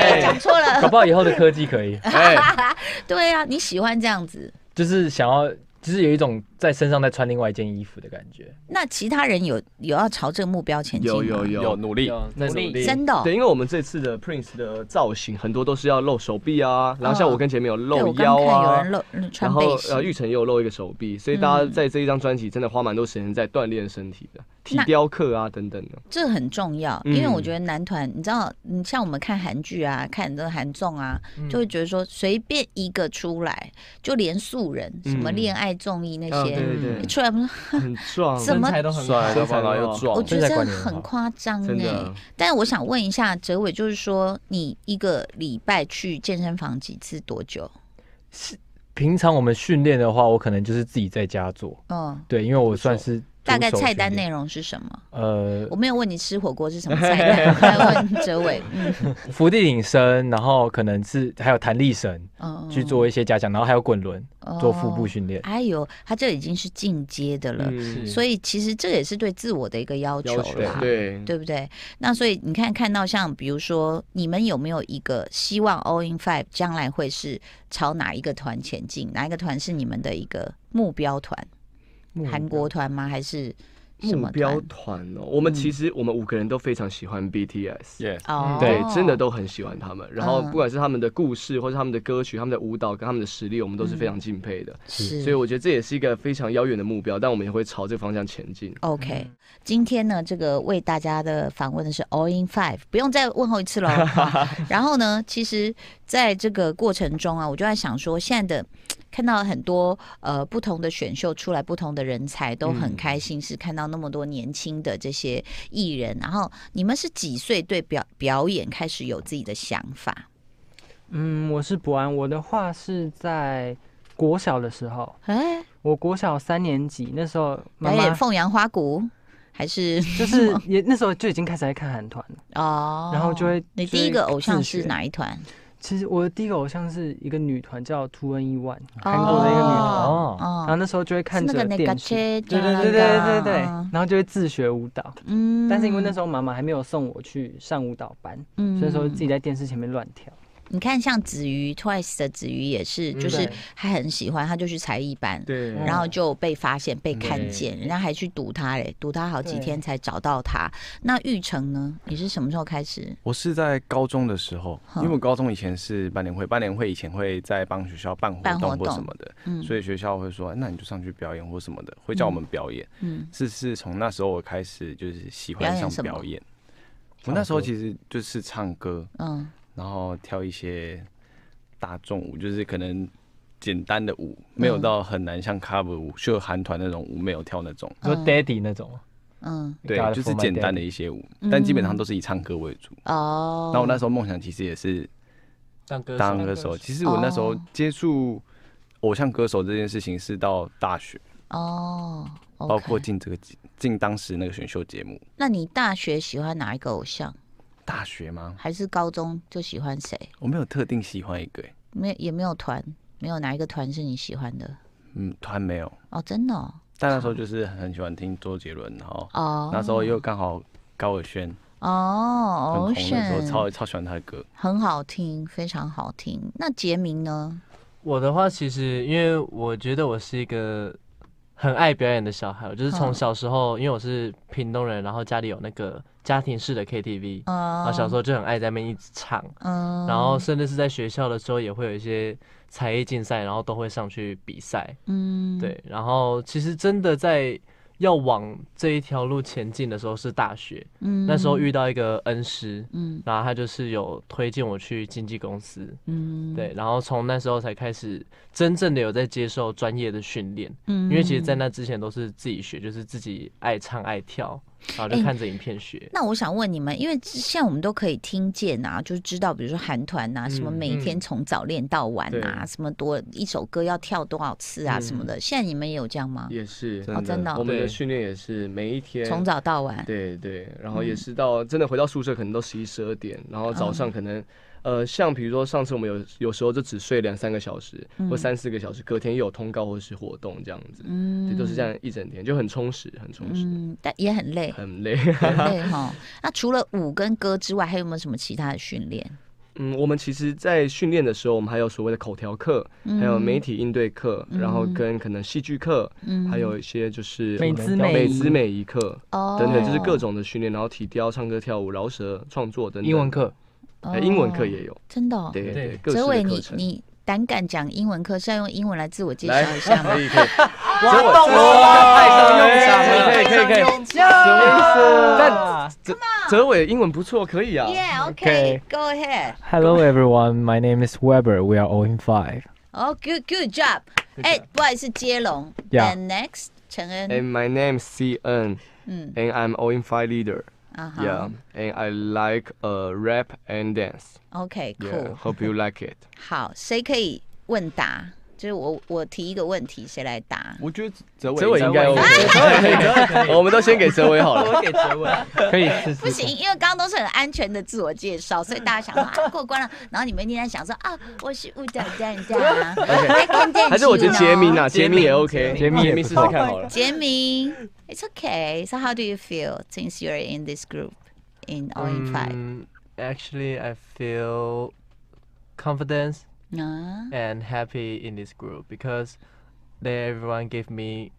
[SPEAKER 2] 哎，讲错
[SPEAKER 5] 搞
[SPEAKER 2] 了。
[SPEAKER 5] 不好以后的科技可以，
[SPEAKER 3] 哎，
[SPEAKER 2] 对啊，你喜欢这样子，
[SPEAKER 5] 就是想要，就是有一种在身上再穿另外一件衣服的感觉。
[SPEAKER 2] 那其他人有有要朝这个目标前进吗？
[SPEAKER 7] 有有有努力，
[SPEAKER 5] 有在努力，
[SPEAKER 2] 真的哦、
[SPEAKER 3] 对，因为我们这次的 Prince 的造型很多都是要露手臂啊，然后像我跟前面有
[SPEAKER 2] 对
[SPEAKER 3] 露
[SPEAKER 2] 我刚
[SPEAKER 3] 腰
[SPEAKER 2] 看有
[SPEAKER 3] 啊
[SPEAKER 2] 人，露嗯
[SPEAKER 3] 然
[SPEAKER 2] 穿
[SPEAKER 3] 后
[SPEAKER 2] 背心
[SPEAKER 3] 呃玉成也有露一个手臂，所以大家
[SPEAKER 2] 嗯
[SPEAKER 3] 在这一张专辑真的花蛮多时间在锻炼身体的，体
[SPEAKER 2] 那
[SPEAKER 3] 雕刻啊等等的。
[SPEAKER 2] 这很重要，因为我
[SPEAKER 3] 嗯
[SPEAKER 2] 觉得男团，你知道，你像我们看韩剧啊，看这个韩综啊，
[SPEAKER 3] 嗯
[SPEAKER 4] 嗯
[SPEAKER 2] 就会觉得说随便一个出来，就连素人，什么
[SPEAKER 3] 嗯
[SPEAKER 2] 恋爱综艺那
[SPEAKER 3] 啊
[SPEAKER 2] 些、
[SPEAKER 3] 对对
[SPEAKER 2] 一
[SPEAKER 3] 对，
[SPEAKER 2] 出来，我们说
[SPEAKER 3] 很壮，
[SPEAKER 2] 怎么
[SPEAKER 4] 身材都很好
[SPEAKER 7] 帅到爆，然后又
[SPEAKER 2] 我
[SPEAKER 7] 壮，
[SPEAKER 2] 觉
[SPEAKER 5] 身材
[SPEAKER 2] 得
[SPEAKER 5] 管理很
[SPEAKER 2] 很
[SPEAKER 5] 好
[SPEAKER 2] 夸张
[SPEAKER 3] 真
[SPEAKER 2] 哎
[SPEAKER 3] 的。
[SPEAKER 2] 但我想问一下哲伟，就是说你一个礼拜去健身房几次，多久？
[SPEAKER 5] 平常我们训练的话，我可能就是自己在家做，
[SPEAKER 2] 嗯，
[SPEAKER 5] 对，因为我算是
[SPEAKER 2] 大概
[SPEAKER 5] 徒手
[SPEAKER 2] 菜单
[SPEAKER 5] 训
[SPEAKER 2] 内
[SPEAKER 5] 练，
[SPEAKER 2] 容是什么？
[SPEAKER 5] 呃
[SPEAKER 2] 我，没有问你吃火锅是什么菜单，我在问哲伟。嗯
[SPEAKER 5] 伏地挺身，然后可能是还有弹力绳
[SPEAKER 2] 嗯，
[SPEAKER 5] 去做一些加强，然后还有滚轮做腹部
[SPEAKER 2] 哦
[SPEAKER 5] 训练。
[SPEAKER 2] 哎呦，他这已经是进阶的了，
[SPEAKER 3] 嗯
[SPEAKER 2] 所以其实这也是对自我的一个要求
[SPEAKER 3] 要求
[SPEAKER 2] 啦，
[SPEAKER 3] 对，
[SPEAKER 2] 对不对？那所以你看，看到像比如说，你们有没有一个希望 All in Five 将来会是朝哪一个团前进？哪一个团是你们的一个目标团？韩国团吗？还是什
[SPEAKER 3] 目
[SPEAKER 2] 么
[SPEAKER 3] 标
[SPEAKER 2] 团？
[SPEAKER 3] 团哦，我
[SPEAKER 2] 嗯
[SPEAKER 3] 们其实我们五个人都非常喜欢 BTS。
[SPEAKER 7] 耶，
[SPEAKER 2] 哦，
[SPEAKER 3] 对，真的都很喜欢他们。然后
[SPEAKER 2] 嗯
[SPEAKER 3] 不管是他们的故事，或是他们的歌曲、他们的舞蹈跟他们的实力，我们都是非常敬佩的。
[SPEAKER 2] 嗯是。
[SPEAKER 3] 所以我觉得这也是一个非常遥远的目标，但我们也会朝这个方向前进。
[SPEAKER 2] OK，、今
[SPEAKER 6] 嗯
[SPEAKER 2] 天呢，这个为大家的访问的是 All in Five，不用再问候一次 喽。哈然后呢，其实在这个过程中啊，我就在想说，现在的看到很多呃不同的选秀出来，不同的人才都很开心，是看到那么多年轻的这些艺人。然后你们是几岁对表表演开始有自己的想 法？
[SPEAKER 6] 嗯，我是博安，我的话是在国小的时候，
[SPEAKER 2] 哎，
[SPEAKER 6] 我国小三年级那时候，妈
[SPEAKER 2] 表演
[SPEAKER 6] 妈
[SPEAKER 2] 凤阳花鼓还是
[SPEAKER 6] 就是也那时候就已经开始在看韩团了。
[SPEAKER 2] 哦？
[SPEAKER 6] 然后就会
[SPEAKER 2] 你
[SPEAKER 6] 就
[SPEAKER 2] 第一
[SPEAKER 6] 会
[SPEAKER 2] 个偶像
[SPEAKER 6] 自
[SPEAKER 2] 是
[SPEAKER 6] 学
[SPEAKER 2] 哪一团？
[SPEAKER 6] 其实我的第一个偶像是一个女团叫 Two N E One，韩国的一个女团。
[SPEAKER 5] 哦
[SPEAKER 2] 哦
[SPEAKER 6] 然后那时候就会看
[SPEAKER 2] 是
[SPEAKER 6] 着
[SPEAKER 2] 那个
[SPEAKER 6] 电视，
[SPEAKER 2] 对
[SPEAKER 6] 对对对对对对，然后就会自学舞蹈。
[SPEAKER 2] 啊嗯
[SPEAKER 6] 但是因为那时
[SPEAKER 2] 候，
[SPEAKER 6] 候妈妈还没有送我去上舞蹈班，
[SPEAKER 2] 嗯
[SPEAKER 6] 所以说自己在电视前面乱跳。
[SPEAKER 2] 你看像子瑜 Twice 的子瑜也是，
[SPEAKER 3] 嗯
[SPEAKER 2] 就是
[SPEAKER 6] 对
[SPEAKER 2] 他很喜欢，他就去才艺班。
[SPEAKER 3] 对
[SPEAKER 2] 然后就被发现、被看见，人家还去堵他嘞，堵他好几
[SPEAKER 6] 嗯对
[SPEAKER 2] 天才找到他。那玉成呢？你是什么时候开始？
[SPEAKER 7] 我是在高中的时候，
[SPEAKER 2] 哼
[SPEAKER 7] 因为我高中以前是班联会，班联会以前会在帮学校办活
[SPEAKER 2] 办活
[SPEAKER 7] 动或
[SPEAKER 2] 动
[SPEAKER 7] 什么的，
[SPEAKER 2] 嗯，
[SPEAKER 7] 所以学校会说，那你就上去表演或什么的，会叫我们表演。
[SPEAKER 2] 嗯，
[SPEAKER 7] 是是从那时候我开始就是喜
[SPEAKER 2] 表
[SPEAKER 7] 欢
[SPEAKER 2] 演
[SPEAKER 7] 上
[SPEAKER 2] 什么
[SPEAKER 7] 表演。我那时候其实就是唱歌，
[SPEAKER 2] 嗯
[SPEAKER 7] 然后跳一些大众舞，就是可能简单的舞，
[SPEAKER 2] 嗯
[SPEAKER 7] 没有到很难像 cover 舞，就韩团那种舞没有跳那种。
[SPEAKER 5] 说
[SPEAKER 2] 嗯
[SPEAKER 5] daddy 那种，
[SPEAKER 2] 嗯，
[SPEAKER 7] 对
[SPEAKER 5] Gotta，
[SPEAKER 7] 就是
[SPEAKER 5] for my
[SPEAKER 7] 简单
[SPEAKER 5] daddy
[SPEAKER 7] 的一些舞，但基本上
[SPEAKER 2] 嗯
[SPEAKER 7] 都是以唱歌为主。
[SPEAKER 2] 哦，
[SPEAKER 7] 那我那时候梦想其实也是
[SPEAKER 4] 当歌
[SPEAKER 7] 当歌手。其实我那时候
[SPEAKER 2] 哦
[SPEAKER 7] 接触偶像歌手这件事情是到大学，
[SPEAKER 2] 哦，OK，
[SPEAKER 7] 包括进这个进当时那个选秀节目。
[SPEAKER 2] 那你大学喜欢哪一个偶像？
[SPEAKER 7] 大学吗？
[SPEAKER 2] 还是高中就喜欢谁？
[SPEAKER 7] 我没有特定喜欢一个、欸
[SPEAKER 2] 没也没有团，没有哪一个团是你喜欢的
[SPEAKER 7] 嗯，团没有。
[SPEAKER 2] 哦，真的哦。
[SPEAKER 7] 但那时候就是很喜欢听周杰伦，然后
[SPEAKER 2] 哦
[SPEAKER 7] 那时候又刚好高尔宣
[SPEAKER 2] 哦
[SPEAKER 7] 很红的时候，
[SPEAKER 2] ，Ocean
[SPEAKER 7] 超超喜欢他的歌。
[SPEAKER 2] 很好听，非常好听。那杰明呢？
[SPEAKER 4] 我的话，其实因为我觉得我是一个很爱表演的小孩，我就是从
[SPEAKER 2] 嗯
[SPEAKER 4] 小时候，因为我是屏东人，然后家里有那个家庭式的 KTV，然
[SPEAKER 2] 啊
[SPEAKER 4] 后小时候就很爱在那边一直唱，
[SPEAKER 2] 嗯
[SPEAKER 4] 然后甚至是在学校的时候也会有一些才艺竞赛，然后都会上去比赛。
[SPEAKER 2] 嗯，
[SPEAKER 4] 对，然后其实真的在要往这一条路前进的时候是大学，
[SPEAKER 2] 嗯
[SPEAKER 4] 那时候遇到一个恩师，
[SPEAKER 2] 嗯
[SPEAKER 4] 然后他就是有推荐我去经纪公司，
[SPEAKER 2] 嗯，
[SPEAKER 4] 对，然后从那时候才开始真正的有在接受专业的训练，
[SPEAKER 2] 嗯
[SPEAKER 4] 因为其实，在那之前都是自己学，就是自己爱唱爱跳，然后就看着影片学。
[SPEAKER 2] 那我想问你们，因为现在我们都可以听见啊，就是知道，比如说韩团啊，什么每天从早练到晚啊，什么多一首歌要跳多少次啊，什么的。现在你们也有这样吗？
[SPEAKER 3] 也是
[SPEAKER 2] 哦，真的
[SPEAKER 3] 我
[SPEAKER 2] 哦，
[SPEAKER 3] 们的
[SPEAKER 4] 对
[SPEAKER 3] 训练也是每一天
[SPEAKER 2] 从早到晚。
[SPEAKER 3] 对对，然后也是到真的回到宿舍可能都十一十二点，然后早上可能、呃，像比如说上次我们有有时候就只睡两三个小时、
[SPEAKER 2] 嗯
[SPEAKER 3] 或三四个小时，隔天又有通告或是活动这样子，
[SPEAKER 2] 嗯
[SPEAKER 3] 对，都是这样一整天就很充实，很充实，
[SPEAKER 2] 嗯，但也很累，
[SPEAKER 3] 很累。
[SPEAKER 2] 很 累哈。那除了舞跟歌之外，还有没有什么其他的训练？
[SPEAKER 3] 嗯，我们其实，在训练的时候，我们还有所谓的口条课，还有媒体应对课，然后
[SPEAKER 2] 嗯
[SPEAKER 3] 跟可能戏剧课，
[SPEAKER 2] 嗯，
[SPEAKER 3] 还有一些就是
[SPEAKER 6] 美
[SPEAKER 5] 姿
[SPEAKER 3] 呃
[SPEAKER 5] 美
[SPEAKER 3] 美
[SPEAKER 6] 仪
[SPEAKER 3] 姿美仪课
[SPEAKER 2] 哦
[SPEAKER 3] 等等，就是各种的训练，然后体雕、唱歌、跳舞、饶舌、创作等等。
[SPEAKER 5] 英文课，
[SPEAKER 3] 呃，英文课也有，
[SPEAKER 2] 哦真的哦。
[SPEAKER 3] 对
[SPEAKER 4] 对
[SPEAKER 3] 对，各式
[SPEAKER 2] 哲伟，
[SPEAKER 3] 的课
[SPEAKER 2] 你
[SPEAKER 3] 程。
[SPEAKER 2] 你胆敢讲英文课，是要用英文来自我介
[SPEAKER 3] 来
[SPEAKER 2] 绍一 下吗？
[SPEAKER 3] 可以可以，
[SPEAKER 6] 哇，动了，派上用场了，
[SPEAKER 3] 可以可以可以
[SPEAKER 6] 派上用场
[SPEAKER 3] 但哲哲伟英文不错，可以啊。
[SPEAKER 2] Yeah, okay,
[SPEAKER 5] Okay.
[SPEAKER 2] go ahead.
[SPEAKER 5] Hello everyone, my name is Weber. We are all in five.
[SPEAKER 2] Oh, good, good job. 哎，不好意思，接龙。
[SPEAKER 5] Yeah.
[SPEAKER 2] And next，陈恩。
[SPEAKER 3] And my name is C N,
[SPEAKER 2] 嗯，
[SPEAKER 3] and I'm Owen Five leader.
[SPEAKER 2] 啊哈
[SPEAKER 3] Yeah, and I like uh rap and dance.
[SPEAKER 2] ，OK,
[SPEAKER 3] Yeah,
[SPEAKER 2] cool.
[SPEAKER 3] hope you like it.
[SPEAKER 2] 好，谁可以问答？就是我我提一个问题，谁来答？
[SPEAKER 7] 我觉得泽
[SPEAKER 3] 哲伟应该
[SPEAKER 7] 哲
[SPEAKER 3] OK，我们都先给哲伟好了。
[SPEAKER 4] 我给结尾，
[SPEAKER 5] 可以试
[SPEAKER 2] 不
[SPEAKER 5] 试。
[SPEAKER 2] 行，因为刚刚都是很安全的自我介绍，所以大家想说啊过关了，然后你们一定在想说啊我是舞蹈家家，来看哎电视。
[SPEAKER 3] 还是我觉得杰明啊，杰明也 OK，
[SPEAKER 5] 杰明也
[SPEAKER 3] 明试
[SPEAKER 5] 不
[SPEAKER 3] 试
[SPEAKER 5] 错
[SPEAKER 3] 看好了。
[SPEAKER 2] 杰明，It's okay. So how do you feel since you're in this group in All in Five?
[SPEAKER 4] Mm, Actually, I feel confidence
[SPEAKER 2] 啊
[SPEAKER 4] and happy in this group because they everyone gave me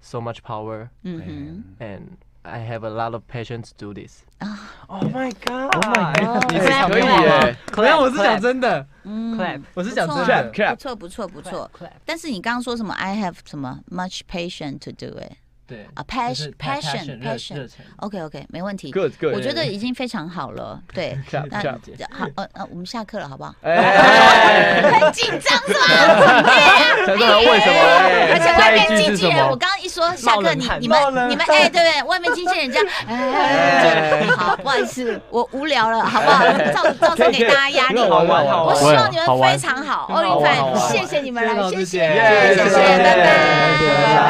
[SPEAKER 4] so much power
[SPEAKER 2] 嗯
[SPEAKER 4] and I have a lot of patience to do this.
[SPEAKER 6] Oh my
[SPEAKER 5] Oh my
[SPEAKER 6] god！
[SPEAKER 2] 哼，哦
[SPEAKER 5] 你是
[SPEAKER 3] 可以耶，
[SPEAKER 6] 可能我
[SPEAKER 5] 我是讲真的，
[SPEAKER 2] 嗯
[SPEAKER 6] clap，
[SPEAKER 5] 我是
[SPEAKER 2] 不错
[SPEAKER 5] 讲真
[SPEAKER 2] 啊
[SPEAKER 5] 的。
[SPEAKER 2] 不错不错不错
[SPEAKER 6] clap。
[SPEAKER 2] 但是你刚刚说什么？I have 什么 much patience to do it
[SPEAKER 4] 对
[SPEAKER 2] 啊
[SPEAKER 4] 就是
[SPEAKER 2] passion
[SPEAKER 4] passion，
[SPEAKER 2] passion
[SPEAKER 4] 热热
[SPEAKER 2] passion。
[SPEAKER 4] 忱
[SPEAKER 2] OK OK，没问题。
[SPEAKER 3] 各各。
[SPEAKER 2] 我觉得已经非常好了。对，
[SPEAKER 3] clap
[SPEAKER 2] 那
[SPEAKER 3] clap。
[SPEAKER 2] 好呃呃，我们下课了好不好？
[SPEAKER 3] 哎，
[SPEAKER 2] 很紧张是吧？哎
[SPEAKER 3] 陈志豪问什么？
[SPEAKER 2] 而
[SPEAKER 3] 哎
[SPEAKER 2] 且外面
[SPEAKER 5] 下一句
[SPEAKER 2] 经
[SPEAKER 5] 是
[SPEAKER 2] 纪
[SPEAKER 5] 什
[SPEAKER 2] 人，
[SPEAKER 5] 么
[SPEAKER 2] 我刚刚一说下
[SPEAKER 6] 冒
[SPEAKER 2] 课，
[SPEAKER 6] 冷
[SPEAKER 2] 你
[SPEAKER 6] 汗
[SPEAKER 2] 你们你们哎，对不对？外面经纪人这样，哎，就好，不好意思，我无聊了，好不好？造造成给大家压力。
[SPEAKER 3] 很好玩，好
[SPEAKER 2] 我
[SPEAKER 3] 玩
[SPEAKER 2] 希。望你们非常好，奥
[SPEAKER 6] 好
[SPEAKER 2] 运
[SPEAKER 6] 玩好
[SPEAKER 2] 饭，
[SPEAKER 6] 玩
[SPEAKER 2] 谢谢你们
[SPEAKER 5] 谢谢
[SPEAKER 2] 来，
[SPEAKER 5] 老
[SPEAKER 2] 谢
[SPEAKER 5] 师
[SPEAKER 2] 谢，
[SPEAKER 5] 姐
[SPEAKER 2] 谢谢，
[SPEAKER 3] 谢谢
[SPEAKER 2] 拜拜
[SPEAKER 3] 谢谢拜拜。